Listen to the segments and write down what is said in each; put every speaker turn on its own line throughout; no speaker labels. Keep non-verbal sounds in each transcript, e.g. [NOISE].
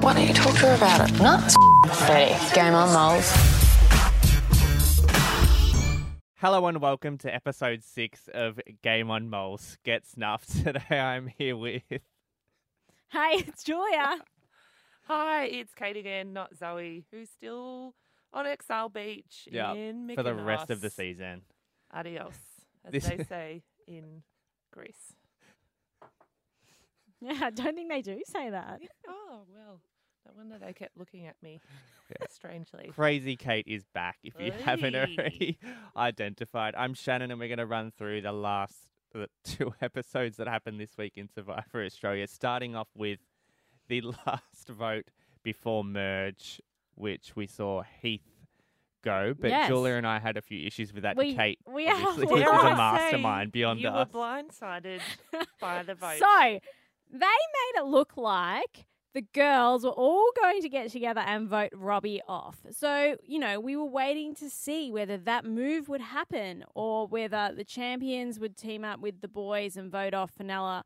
why don't you talk to her about it? No, it's dirty. Game on, moles.
Hello and welcome to episode six of Game on Moles Get Snuffed. [LAUGHS] Today I'm here with.
Hey, [LAUGHS] it's Julia.
Hi, it's Kate again, not Zoe, who's still on Exile Beach
Yeah,
in Mykonos.
for the rest of the season.
Adios, as
This-
they say in Greece.
Yeah, I don't think they do say that.
Oh, well, no wonder they kept looking at me strangely.
Crazy Kate is back if you haven't
Oi.
already [LAUGHS] identified. I'm Shannon and we're going to run through the [LAUGHS] last uh, two episodes that happened this week in Survivor Australia, starting off with the [LAUGHS] last vote before merge, which we saw Heath go. But
Yes.
Julia and I had a few issues with that. and
We-
Kate,
[LAUGHS] we
obviously,
are.
is
Dare I
a
say,
mastermind beyond
you
us.
were [LAUGHS] blindsided by the vote.
So they made it look like the girls were all going to get together and vote Robbie off. So, you know, we were waiting to see whether that move would happen or whether the champions would team up with the boys and vote off Fenella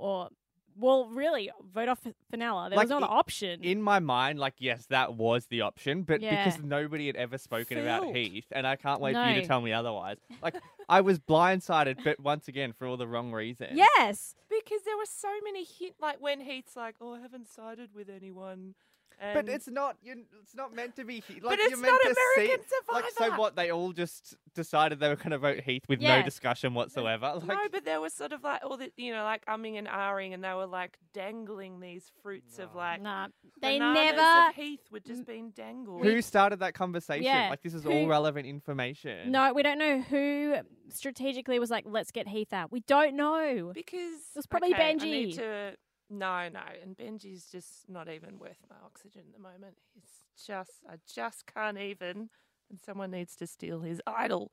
or, well, really, vote off Fenella. There
Like,
was not an
i-
option.
in my mind, like yes, that was the option, but
Yeah.
because nobody had ever spoken about
Filled.
Heath, and I can't wait for you to
No.
tell me otherwise. Like I was blindsided, but once again for all the wrong reasons.
yes.
because there were so many hint, like when Heath's like, "Oh, I haven't sided with anyone," and
but it's not. You're, it's not meant to be. he- Like, you're
it's
meant
not
to see-
American
Like so,
Survivor.
what they all just decided they were going to vote Heath with no
Yeah.
discussion whatsoever. Like,
no, but there was sort of like all the you know, like umming and ahhing, and they were like dangling these fruits of like
Nah, they
bananas
never
of Heath were just being dangled.
who started that conversation?
Yeah,
Like this is
who-
all relevant information.
No, we don't know who strategically was like, let's get Heath out. We don't know.
Because
was probably
okay, I
Benji.
need to- no, no, and Benji's just not even worth my oxygen at the moment. He's just, I just can't even, and someone needs to steal his idol.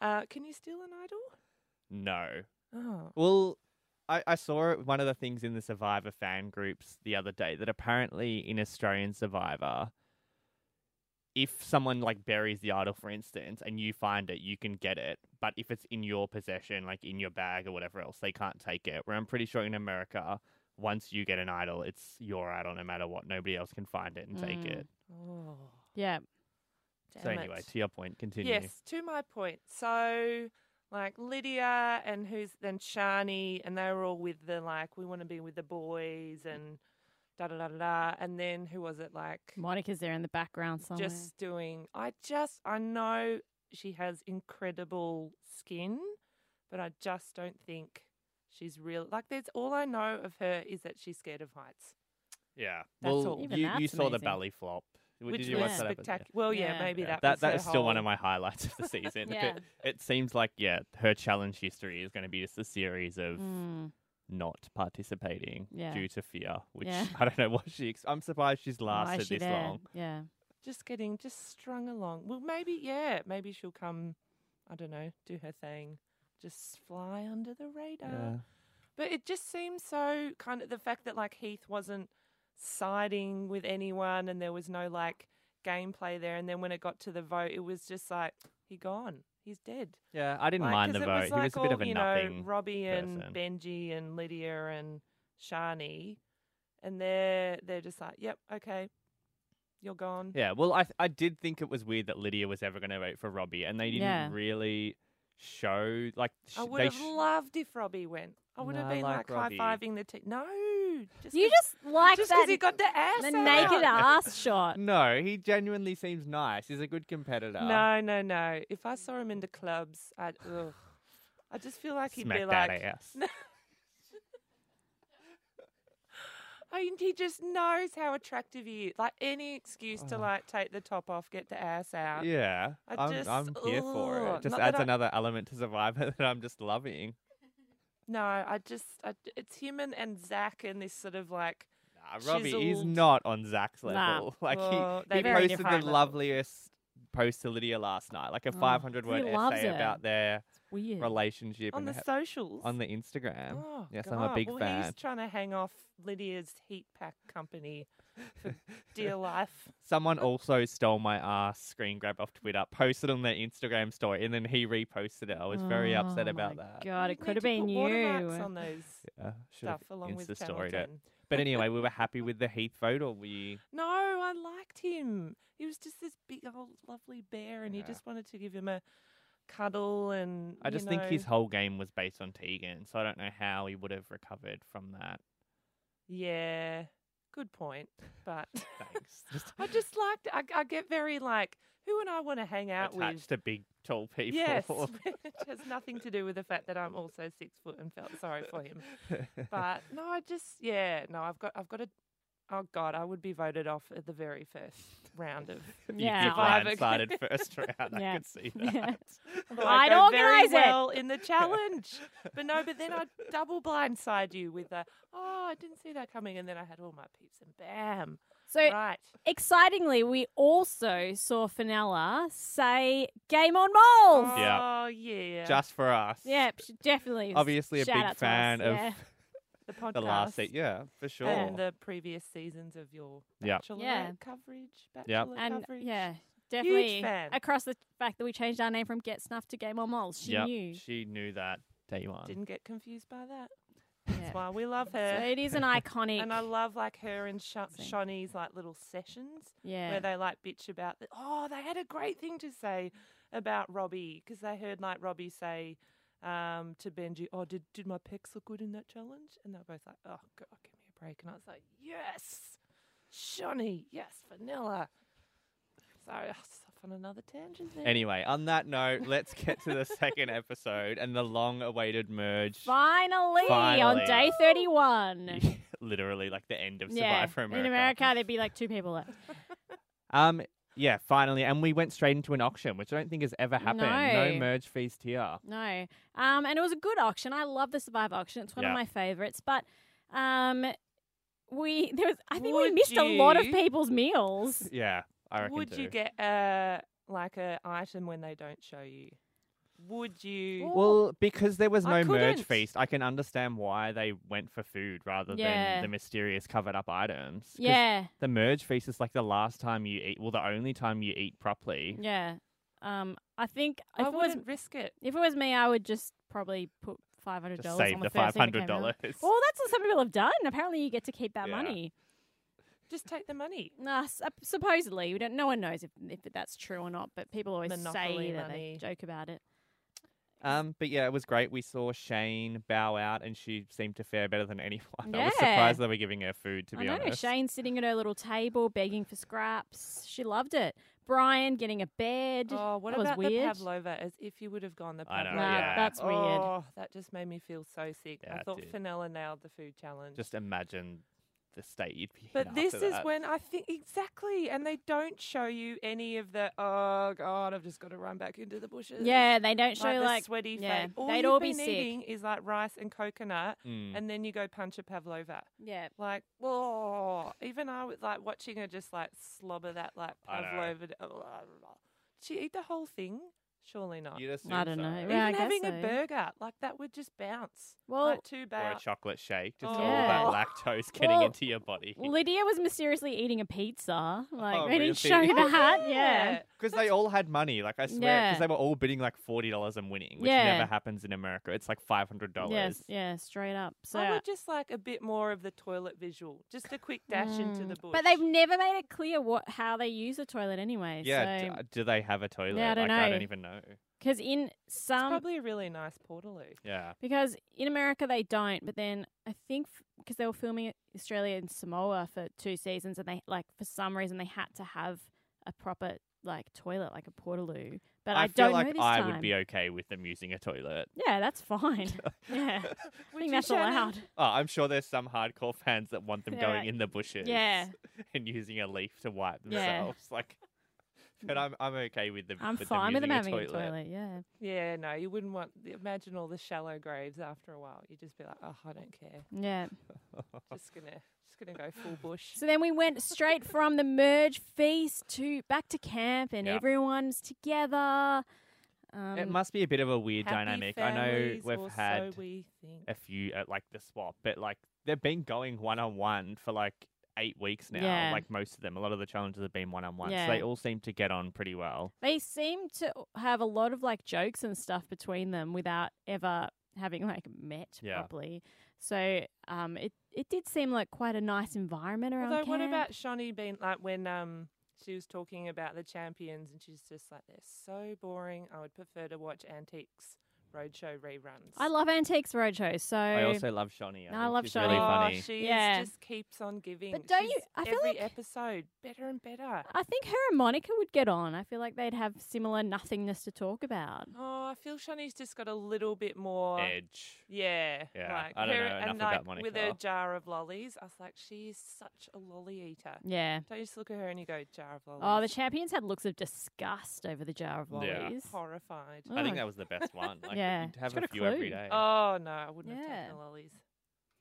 Uh, can you steal an idol?
no.
Oh,
Well, I, I saw it, one of the things in the Survivor fan groups the other day that apparently in Australian Survivor, if someone like buries the idol, for instance, and you find it, you can get it. But if it's in your possession, like in your bag or whatever else, they can't take it. Where I'm pretty sure in America, once you get an idol, it's your idol no matter what. Nobody else can find it and take
Mm.
it.
oh,
Yeah.
damn
so anyway,
it.
to your point, continue.
Yes, to my point. So, like Lydia and who's then Shani, and they were all with the like, we want to be with the boys and da da da da da. And then who was it like?
Monica's there in the background somewhere.
Just doing. I just I know she has incredible skin, but I just don't think she's real. Like there's all I know of her is that she's scared of heights,
Yeah.
That's
well,
all.
Even
you, you
that's
saw the
amazing.
belly flop.
which
Did you watch
was
that episode? Yeah.
spectacular. Well, yeah,
Yeah.
maybe
Yeah, that
that. was her
is still one of
whole-
my highlights of the season.
Yeah.
[LAUGHS]
But it seems like yeah, her challenge history is going to be just a series of
Mm.
not participating
Yeah.
due to fear, which
Yeah.
[LAUGHS] I don't know what she. Ex- I'm surprised she's
Why
lasted
is she
this
there?
long.
Yeah.
just getting just strung along. Well, maybe yeah, maybe she'll come. I don't know, do her thing, just fly under the radar. But it just seems so kind of the fact that like Heath wasn't siding with anyone and there was no like gameplay there. And then when it got to the vote, it was just like he gone, he's dead.
Yeah, I didn't
Like,
mind the
'cause
vote.
It was, like
he was a bit
all,
of a
you
nothing.
know, Robbie
person.
and Benji and Lydia and Shani, and they're they're just like, yep, okay, you're gone.
Yeah, well, I th- I did think it was weird that Lydia was ever going to vote for Robbie, and they didn't
Yeah.
really show like sh-
I would
they
have
sh-
loved if Robbie went. I would
No,
have
I
been
like
like,
Robbie.
high fiving the team. No, just
You
'cause-
just like
just
that
because he got the ass
the
out.
naked
[LAUGHS]
ass shot.
No, he genuinely seems nice. He's a good competitor.
No, no, no. If I saw him in the clubs, I'd, ugh. I just feel like he'd
smack
be
that
like, [LAUGHS]
ass.
I, "Oh, he just knows how attractive he is. Like any excuse to like take the top off, get the ass out.
Oh. Yeah,
I
I'm,
just-
I'm here for it.
ugh,
Just
not that
adds
I-
another element to Survivor [LAUGHS] that I'm just loving.
No, I just, I, it's him and, and Zach and this sort of like,
Nah, Robbie is
Chiseled. not
not on Zach's
Nah.
level. [LAUGHS] Like
Well,
he,
they're
he
very
posted the
different Oh. levels.
loveliest post to Lydia last night, like a 500 word
he loves
essay
it.
about their
Weird.
relationship
on
and
the
ha-
socials.
on the Instagram.
Oh,
yes,
God.
I'm a big
well,
fan.
He's trying to hang off Lydia's heat pack company for
[LAUGHS]
dear life.
Someone also stole my ass screen grab off Twitter, posted on their Instagram story, and then he reposted it. I was very upset
Oh
about
my
that.
God, it
You'd
could have
need to
[LAUGHS]
been
put watermarks
you.
on those
Yeah, should have
stuff along
Insta
with Channel
storied it.
10.
But anyway, we were happy with the Heath vote, or were you?
No, I liked him. He was just this big old lovely bear, and you
Yeah.
just wanted to give him a cuddle. And
I
you
just think
know-
his whole game was based on Tegan, so I don't know how he would have recovered from that.
yeah, good point.
[LAUGHS]
But [LAUGHS]
Thanks. Just
I just liked. I, I get very like who and I want to hang out
attached
with.
to big, tall people. [LAUGHS]
Yes, [LAUGHS]
[LAUGHS]
which has nothing to do with the fact that I'm also six foot and felt sorry for him. But no, I just yeah, no, I've got I've got a. Oh God, I would be voted off at the very first round of.
Yeah.
If
[LAUGHS]
Survivor.
started first round, I
Yeah.
could
[LAUGHS]
see
Yeah.
that.
Although
I'd
go
organise it.
very well
[LAUGHS]
in the challenge, but no. But then I'd double blindside you with a oh, I didn't see that coming, and then I had all my peeps, and bam,
So
right.
excitingly, we also saw Finella say "Game on, Moles."
Yeah.
Oh yeah.
[LAUGHS] Just for us.
Yeah, she definitely. was-
Obviously, a
shout out to
big
us,
fan of
yeah.
the
[LAUGHS]
podcast.
the last seat. Yeah, for sure.
And the previous seasons of your
Yeah.
bachelor
Yeah.
coverage,
Yep.
bachelor
and
coverage.
yeah, definitely
fan.
across the fact that we changed our name from Get Snuff to Game on Moles. She
Yep,
knew.
She knew that day one.
Didn't get confused by that.
Yeah.
That's why we love
So
her.
Uh, it
[LAUGHS]
is an iconic.
And I love like her and Sh-
Same.
Shawnee's like little sessions.
yeah.
where they like bitch about the, oh they had a great thing to say about Robbie because they heard like Robbie say um, to Benji oh did did my pecs look good in that challenge and they were both like oh god give me a break and I was like yes Shawnee yes vanilla sorry I was off on another tangent there
Anyway, on that
[LAUGHS]
note, let's get to the second episode and the long-awaited merge.
Finally,
Finally.
on day 31.
[LAUGHS] Literally, like the end of
yeah.
Survivor America.
In America, there'd be like two people left.
Um, yeah, finally, and we went straight into an auction, which I don't think has ever happened. No,
No.
merge feast here.
No. Um, and it was a good auction. I love the Survivor auction. It's one
Yeah.
of my favorites. But um, we [LAUGHS] there was I think we missed a lot of
Would you-
[LAUGHS]
people's meals.
Yeah, I reckon.
would you
too.
get a like a item when they don't show you would you
Well, because there was no
I
merge
couldn't.
feast, I can understand why they went for food rather
Yeah.
than the mysterious covered up items. 'Cause
Yeah.
The merge feast is like the last time you eat, well, the only time you eat properly.
Yeah. Um, I think if
I
it was
wouldn't risk it
if it was me, I would just probably put five hundred
Just
dollars.
save
on
the
the, first
five
thing that came
hundred
out. Oh.
dollars.
Well, that's what some people have done. Apparently, you get to keep that
Yeah.
money.
just take the money
Nah, s- uh, supposedly, we don't. No one knows if if that's true or not, but people always
Monopoly
say that they
money.
joke about it.
Um, but yeah, it was great. We saw Shane bow out, and she seemed to fare better than anyone. [LAUGHS] I was
Yeah.
surprised they were giving her food, to be
I know.
honest.
Shane's sitting at her little table begging for scraps. She loved it. Brian getting a bed.
Oh, what
that was
about
weird.
the pavlova? As if you would have gone the
I know,
pavlova.
yeah.
that's weird.
Oh, that just made me feel so sick.
Yeah,
I
it
thought
did.
Fenella nailed the food challenge.
Just imagine the state you'd be in.
but this
after
is
that.
when I think exactly, and they don't show you any of the. Oh God, I've just got to run back into the bushes.
yeah, they don't show
like, the
like,
sweaty
yeah,
face. All
they'd
you've
all be
been
sick.
eating is like rice and coconut,
Mm.
and then you go punch a pavlova.
yeah.
Like, oh, even I was like watching her just like slobber that like
I know.
pavlova. Blah, blah, blah. Did she eat the whole thing? Surely not.
You'd assume
I don't
so.
know.
Even
Yeah, I guess
having
so.
a burger, like that would just bounce.
Well,
like two
Or a
bouts.
chocolate shake, just all
Yeah.
that lactose getting
Well,
into your body. [LAUGHS]
Lydia was mysteriously eating a pizza. Like
Oh,
they didn't show
really? [LAUGHS]
that. Yeah.
Because they all had money, like I swear, because
Yeah.
they were all bidding like forty dollars and winning, which
Yeah.
never happens in America. It's like five hundred dollars.
Yes. Yeah. Straight up. So. uh,
I would just like a bit more of the toilet visual, just a quick dash into
Mm.
the bush.
But they've never made it clear what how they use the toilet anyway.
Yeah.
so,
d- do they have a toilet?
I don't
like I
know.
don't even know.
because in
it's
some
probably a really nice portaloo.
Yeah.
Because in America they don't, but then I think because they were filming it- Australia and Samoa for two seasons, and they like for some reason they had to have a proper like toilet, like a portaloo. But I,
feel
don't
like
know this
I
time.
would be okay with them using a toilet.
yeah, that's
[LAUGHS]
fine. [LAUGHS] yeah, I think that's allowed.
Oh, I'm sure there's some hardcore fans that want them
They're
going
like,
in the bushes.
Yeah,
[LAUGHS] And using a leaf to wipe
Yeah. Mm.
themselves. Like [LAUGHS] but I'm I'm okay with them.
I'm
with
fine with
them
them having
using
a toilet. Yeah,
Yeah, no, you wouldn't want. Imagine all the shallow graves after a while. You'd just be like, oh, I don't
[LAUGHS]
care.
yeah.
Just gonna, just gonna go full bush.
So then we went straight from the merge feast to back to camp, and
Yeah.
everyone's together. Um,
it must be a bit of a weird
Happy
dynamic. I know
families, or
we've had
So we think.
a few at like the swap, but like they've been going one on one for like eight weeks now.
Yeah.
Like most of them, a lot of the challenges have been one on one,
Yeah.
so they all seem to get on pretty well.
They seem to have a lot of like jokes and stuff between them without ever having like met
Yeah.
properly. So um, it it did seem like quite a nice environment around
Although, what
camp.
about Shani being like when um she was talking about the champions and she's just like they're so boring. I would prefer to watch antiques roadshow reruns.
I love Antiques Roadshow, so
I also love Shawnee.
I love
she's
oh,
Really
Shawnee.
funny.
She is-
Yeah.
just keeps on giving.
But don't you-
She's-
I feel
every
like-
episode better and better.
I think her and Monica would get on. I feel like they'd have similar nothingness to talk about.
Oh, I feel Shani's just got a little bit
Oh,
more.
Edge.
Yeah,
Yeah,
Like
I don't
her,
know
and
enough
like
about
with her
Monica.
jar of lollies, I was like, she is such a lolly eater.
Yeah.
Don't you just look at her and you go, jar of lollies.
Oh, the champions had looks of disgust over the jar of
Yeah.
lollies.
horrified.
I think
Oh.
that was the best one. Like,
Yeah.
You'd have
She's got
a
a
few every
clue.
day.
Oh no, I wouldn't have
Yeah.
taken the lollies.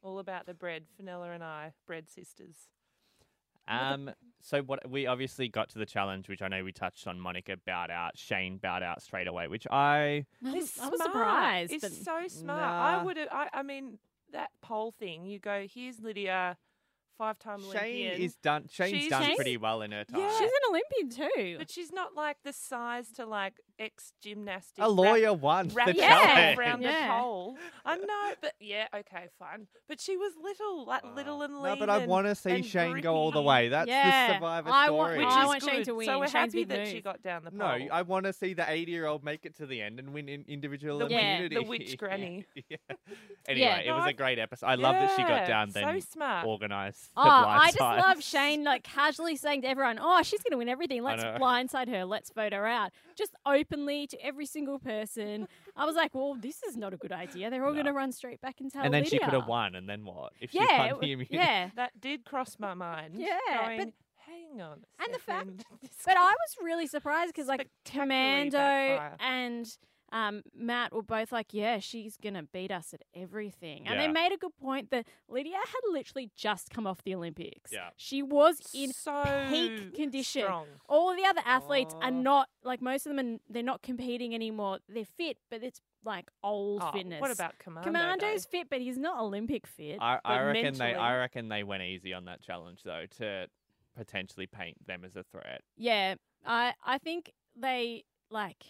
All about the bread, Fenella and I, bread sisters.
Um, so what we obviously got to the challenge, which I know we touched on. Monica bowed out. Shane bowed out straight away, which I
I was, I was
smart.
surprised.
It's
But
so smart. I
Nah.
would have. I, I mean, that poll thing. You go. Here's Lydia, five-time
Shane
Olympian.
is done. Shane's
She's-
done
Shane's-
pretty well in her time.
Yeah.
She's an Olympian too.
but she's not like the size to like ex gymnastics.
a lawyer won [LAUGHS]
Wrap
the
wrap
Yeah.
herself
challenge.
around
Yeah.
the pole. I know, but yeah, okay, fine. But she was little, like little and
No,
lean.
but I
and-
want to see
and
Shane go all the
grippy.
way. That's the
Yeah.
survivor
I want-
story.
Which
I
is
want Shane
good.
to win.
So we're
Shane's
happy
big
that she
move.
got down the pole.
no, I want to see the 80 year old make it to the end and win in individual
The
witch- Yeah.
immunity. [LAUGHS]
the witch granny.
yeah. Anyway, it
No,
was
I-
a great episode. I love that she got
Yeah,
down
So
then
smart.
organized.
Oh,
the
I just
blindside. [LAUGHS]
love Shane like casually saying to everyone, "Oh, she's going to win everything. Let's
know.
blindside her. Let's vote her out." Just openly to every single person. I was like, "Well, this is not a good idea. They're all
No.
going to run straight back and tell
And then
Lydia."
she could have won, [LAUGHS] and then what? If she
Yeah,
won the
it w-
immunity.
yeah.
That did cross my mind.
Yeah, but-
going, hang on. a
And the fact-
second, [LAUGHS] this
But I was really surprised because like
Spectacularly
Commando
backfire.
and um, Matt were both like, "Yeah, she's gonna beat us at everything," and
Yeah.
they made a good point that Lydia had literally just come off the Olympics.
Yeah.
she was in
so
peak condition.
Strong.
all the other athletes
Oh.
are not like most of them are, n- they're not competing anymore they're fit but it's like old
Oh,
fitness
What about Commando? though?
commando's fit but he's not olympic fit
[LAUGHS] I, I
But
reckon they. I
mentally-
reckon they went easy on that challenge though to potentially paint them as a threat.
yeah i i think they like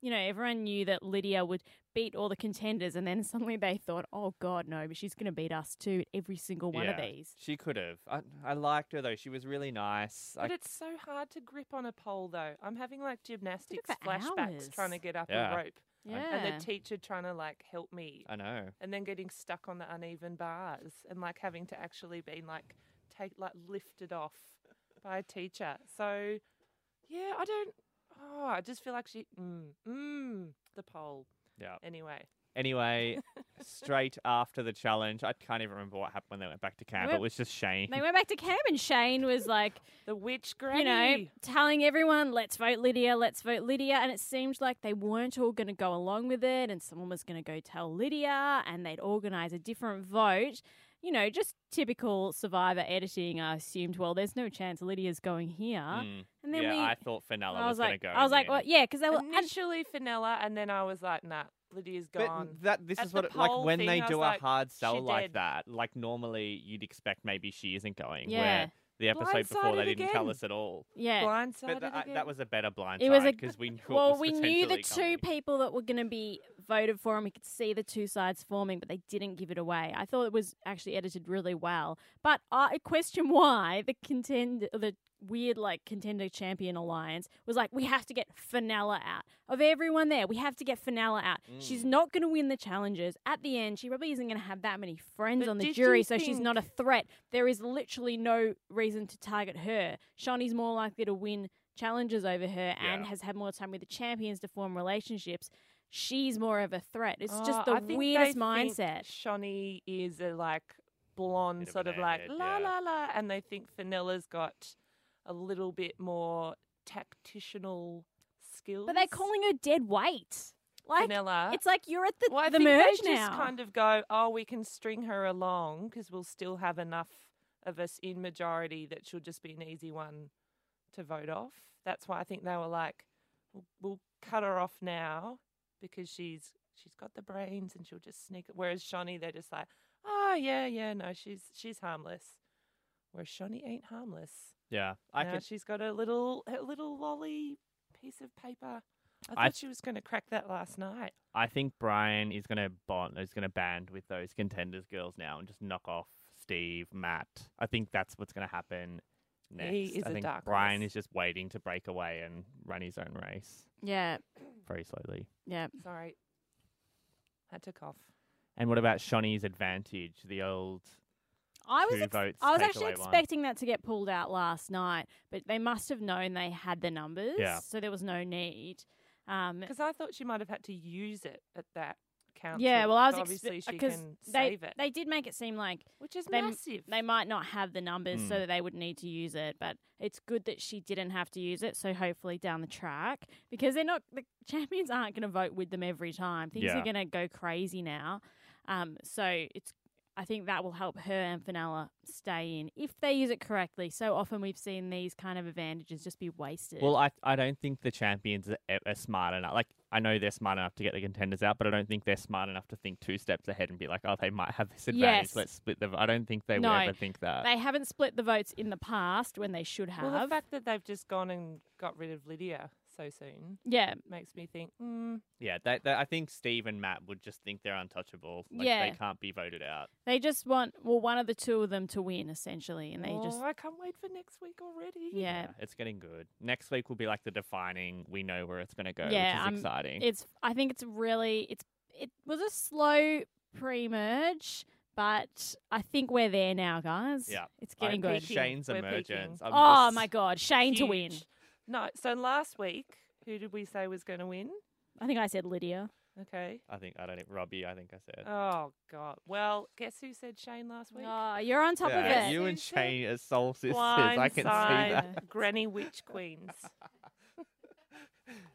you know everyone knew that lydia would beat all the contenders and then [LAUGHS] suddenly they thought oh god no but she's going to beat us too at every single one of
Yeah.
these
She could have. I, I liked her though. She was really nice.
But
I,
it's so hard to grip on a pole, though. I'm having like gymnastics
for
flashbacks
hours.
trying to get up
Yeah.
a rope,
yeah
and the teacher trying to like help me,
I know.
and then getting stuck on the uneven bars, and like having to actually be like take like lifted off by a teacher. So, yeah, I don't. Oh, I just feel like she. Mm, mm, the pole.
Yeah.
Anyway,
Anyway,
[LAUGHS]
straight after the challenge, I can't even remember what happened when they went back to camp.
went-
it was just Shane.
they went back to camp and shane was like
the witch
you know,
granny.
telling everyone, let's vote Lydia, let's vote Lydia. And it seemed like they weren't all going to go along with it, and someone was going to go tell Lydia, and they'd organize a different vote. You know, just typical survivor editing. I assumed, well, there's no chance Lydia's going here.
Mm.
And then
yeah,
we,
I thought Fenella
I
was,
was like,
gonna go.
I
in
was
the
like, well,
end.
yeah, because they were. and-
Initially Finella, and then I was like, nah, Lydia's gone.
But that this
At
is
the
what it, like
poll
when
thing,
they
I
do a
was like,
hard sell
"She
like
did."
that. Like normally you'd expect maybe she isn't going.
Yeah.
Where the episode before
Blindsided
they didn't tell
again.
us at all.
yeah.
Blindsided
But tha- I-
again.
that was a better blind
It was a-
because we knew it
Well,
was
we knew the
potentially
two
coming.
people that were going to be voted for, and we could see the two sides forming, but they didn't give it away. I thought it was actually edited really well, but I question why the contend the weird like contender champion alliance was like we have to get Finella out of everyone there. We have to get Finella out. She's not going to win the challenges. At the end, she probably isn't going to have that many friends
But
on the
did
jury,
you
so she's not a threat. There is literally no reason to target her. Shawnee's more likely to win challenges over her and
Yeah.
has had more time with the champions to form relationships, she's more of a threat. It's
Oh,
just the
I think they
weirdest
think
mindset.
Shawnee is a like blonde,
Bit of
sort
an
of like
airhead,
la
yeah.
la la, and they think Fenella's got a little bit more tactitional skills.
but they're calling her dead weight. Like
Fenella.
it's like you're at the,
well, I
[LAUGHS] the
think
merge
they
now.
just kind of go, oh, we can string her along because we'll still have enough of us in majority that she'll just be an easy one to vote off. That's why I think they were like, we'll, we'll cut her off now because she's she's got the brains and she'll just sneak it. Whereas Shawnee, they're just like, oh yeah, yeah, no, she's she's harmless. Whereas Shawnee ain't harmless.
Yeah, I
now
could.
she's got a little her little lolly piece of paper. I thought
I
she was going to crack that last night.
I think Brian is gonna bond. Is gonna band with those contenders girls now and just knock off Steve, Matt. I think that's what's going to happen next.
is
I
a
think
dark
Brian
horse.
is just waiting to break away and run his own race
Yeah,
very slowly.
yeah.
Sorry. Had to cough.
And what about Shawnee's advantage? The old
I was
two
ex-
votes.
I was
take
actually
away one.
expecting that to get pulled out last night, but they must have known they had the numbers,
Yeah.
so there was no need. Um,
Because I thought she might have had to use it at that council.
yeah, well, I was expe-
so obviously she
'cause
can
they
save it,
they did make it seem like
which is
they-
massive.
they might not have the numbers, so
Mm.
that they would need to use it. But it's good that she didn't have to use it. So hopefully down the track, because they're not the champions aren't going to vote with them every time. Things are
Yeah.
going to go crazy now. Um, so it's I think that will help her and Finella stay in if they use it correctly. So often we've seen these kind of advantages just be wasted.
Well, I I don't think the champions are, e- are smart enough. Like I know they're smart enough to get the contenders out, but I don't think they're smart enough to think two steps ahead and be like, oh, they might have this advantage.
Yes.
Let's split them. I don't think they
No.
would ever think that.
they haven't split the votes in the past when they should have.
well, the fact that they've just gone and got rid of Lydia so soon
yeah,
makes me think, mm,
yeah, they, they, I think Steve and Matt would just think they're untouchable. Like
Yeah.
they can't be voted out.
they just want well one of the two of them to win essentially, and they
oh,
just
I can't wait for next week already.
yeah.
it's getting good. Next week will be like the defining. We know where it's going to go,
Yeah,
which is
I'm-
exciting.
It's. I think it's really. It's. It was a slow pre-merge, but I think we're there now, guys.
Yeah.
it's
I um,
getting
think
good.
peaking.
Shane's
We're
emergence. I'm
oh
just-
my god, Shane to win.
Huge. No, so last week, who did we say was going to win?
I think I said Lydia.
Okay.
I think I don't. e, Robbie, I think I said.
Oh God. Well, guess who said Shane last week?
Oh, you're on top
Yeah,
of it.
you and
Tuesday.
Shane are soul sisters. I can see that.
Blindside Granny Witch Queens.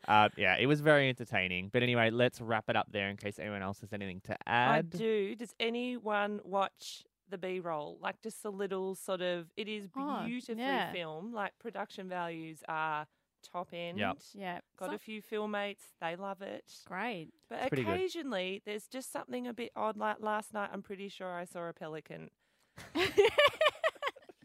Uh, yeah, it was very entertaining. But anyway, let's wrap it up there in case anyone else has anything to add.
I do. Does anyone watch the B roll? Like just a little sort of. It is
Oh,
beautifully
yeah.
filmed. Like production values are top end.
Yeah,
Got
so-
a few filmmates. They love it.
great.
But
It's pretty good.
occasionally, there's just something a bit odd. Like last night, I'm pretty sure I saw
[LAUGHS]
a pelican.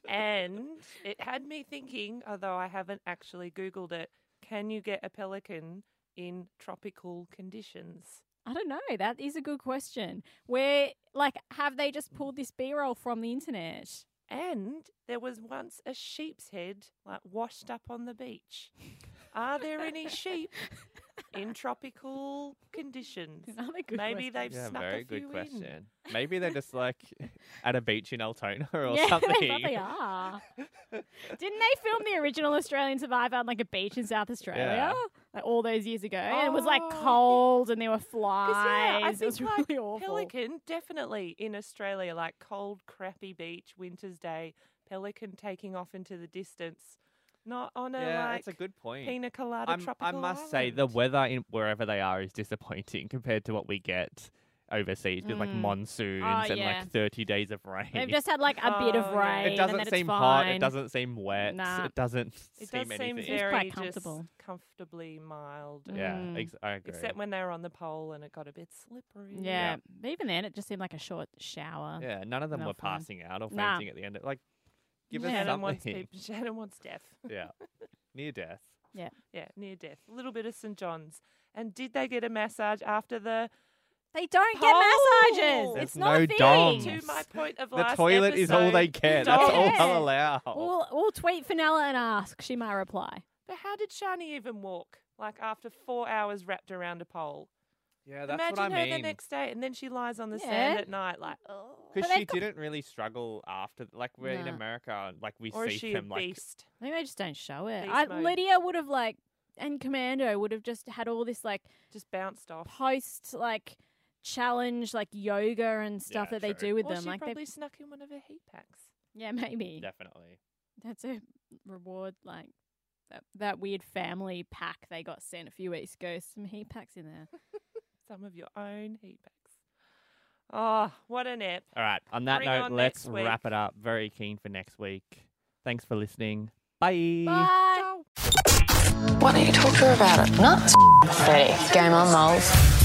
and it had me thinking, although I haven't actually Googled it, can you get a pelican in tropical conditions?
I don't know. That is a good question. Where, like, have they just pulled this B-roll from the internet? [LAUGHS]
And there was once a sheep's head, like washed up on the beach. Are there any sheep in tropical conditions?
Another good
Maybe they've
Yeah,
snuck
very
a few
good
in.
question. Maybe they're just like [LAUGHS] at a beach in Altona or
[LAUGHS] yeah, they
something.
thought they are. Didn't they film the original Australian Survivor on like a beach in South Australia? Like all those years ago, and it was like
Oh, yeah.
cold, and there were
'Cause,
flies.
yeah, I
it was
think, like,
really awful.
Pelican, definitely in Australia, like cold, crappy beach, winter's day, pelican taking off into the distance. Not on a
yeah,
like
that's a good point.
pina colada
I'm- I
tropical
must say the
island.
weather in wherever they are is disappointing [LAUGHS] compared to what we get overseas with like
Mm.
monsoons
Oh,
and
yeah.
like 30 days of rain. [LAUGHS]
They've just had like a bit of
Oh, yeah.
rain.
It
it
and then
doesn't
it's
seem
fine.
hot. It doesn't seem wet.
Nah.
It doesn't
it
seem
does seem
anything.
It's
very
quite
just
comfortable.
comfortably mild. and-
yeah,
Mm.
ex- I agree.
Except when they were on the pole and it got a bit slippery.
Yeah, but even then, it just seemed like a short shower.
Yeah, none of them
No
were
fun.
passing out or
Nah.
fainting at the end. Of, like, give
Yeah.
us
Shannon
something.
wants, people, [LAUGHS] Shannon wants death.
[LAUGHS] yeah, near
[LAUGHS]
death.
Yeah, near death. A little bit of St. John's. And did they get a massage after the?
They don't get massages.
Pole!
it's
There's
not
no
a thing.
dong.
To my point of
The
last
toilet is all they
episode, [LAUGHS]
care. That's all
Yeah.
they'll allow.
We'll, we'll tweet Finella and ask. She might reply.
But how did Shani even walk? Like after four hours wrapped around a pole.
yeah, that's
Imagine
what I
her
mean.
the next day, and then she lies on the sand
Yeah.
at night, like.
But
Because
they've
she
got-
didn't really struggle after. Like we're in
Nah.
America, like we
Or is
see
she a
them like
beast?
I think they just don't show it.
Beast
I,
mode.
Lydia would have like, and Commando would have just had all this like
Just bounced off.
post like challenge like yoga and stuff
Yeah,
that they
true.
do with
or
them.
she
Like
probably
they,
snuck in one of her heat packs.
yeah, maybe
[LAUGHS] definitely.
that's a reward. Like that, that weird family pack they got sent a few weeks ago. Some heat packs in there.
Some of your own heat packs. Oh, what an app.
All right. On that
Bring
note,
on
let's
next week.
wrap it up. Very keen for next week. Thanks for listening. Bye.
Bye.
Why don't you talk to her about it? Nuts. Betty. Game on, moles.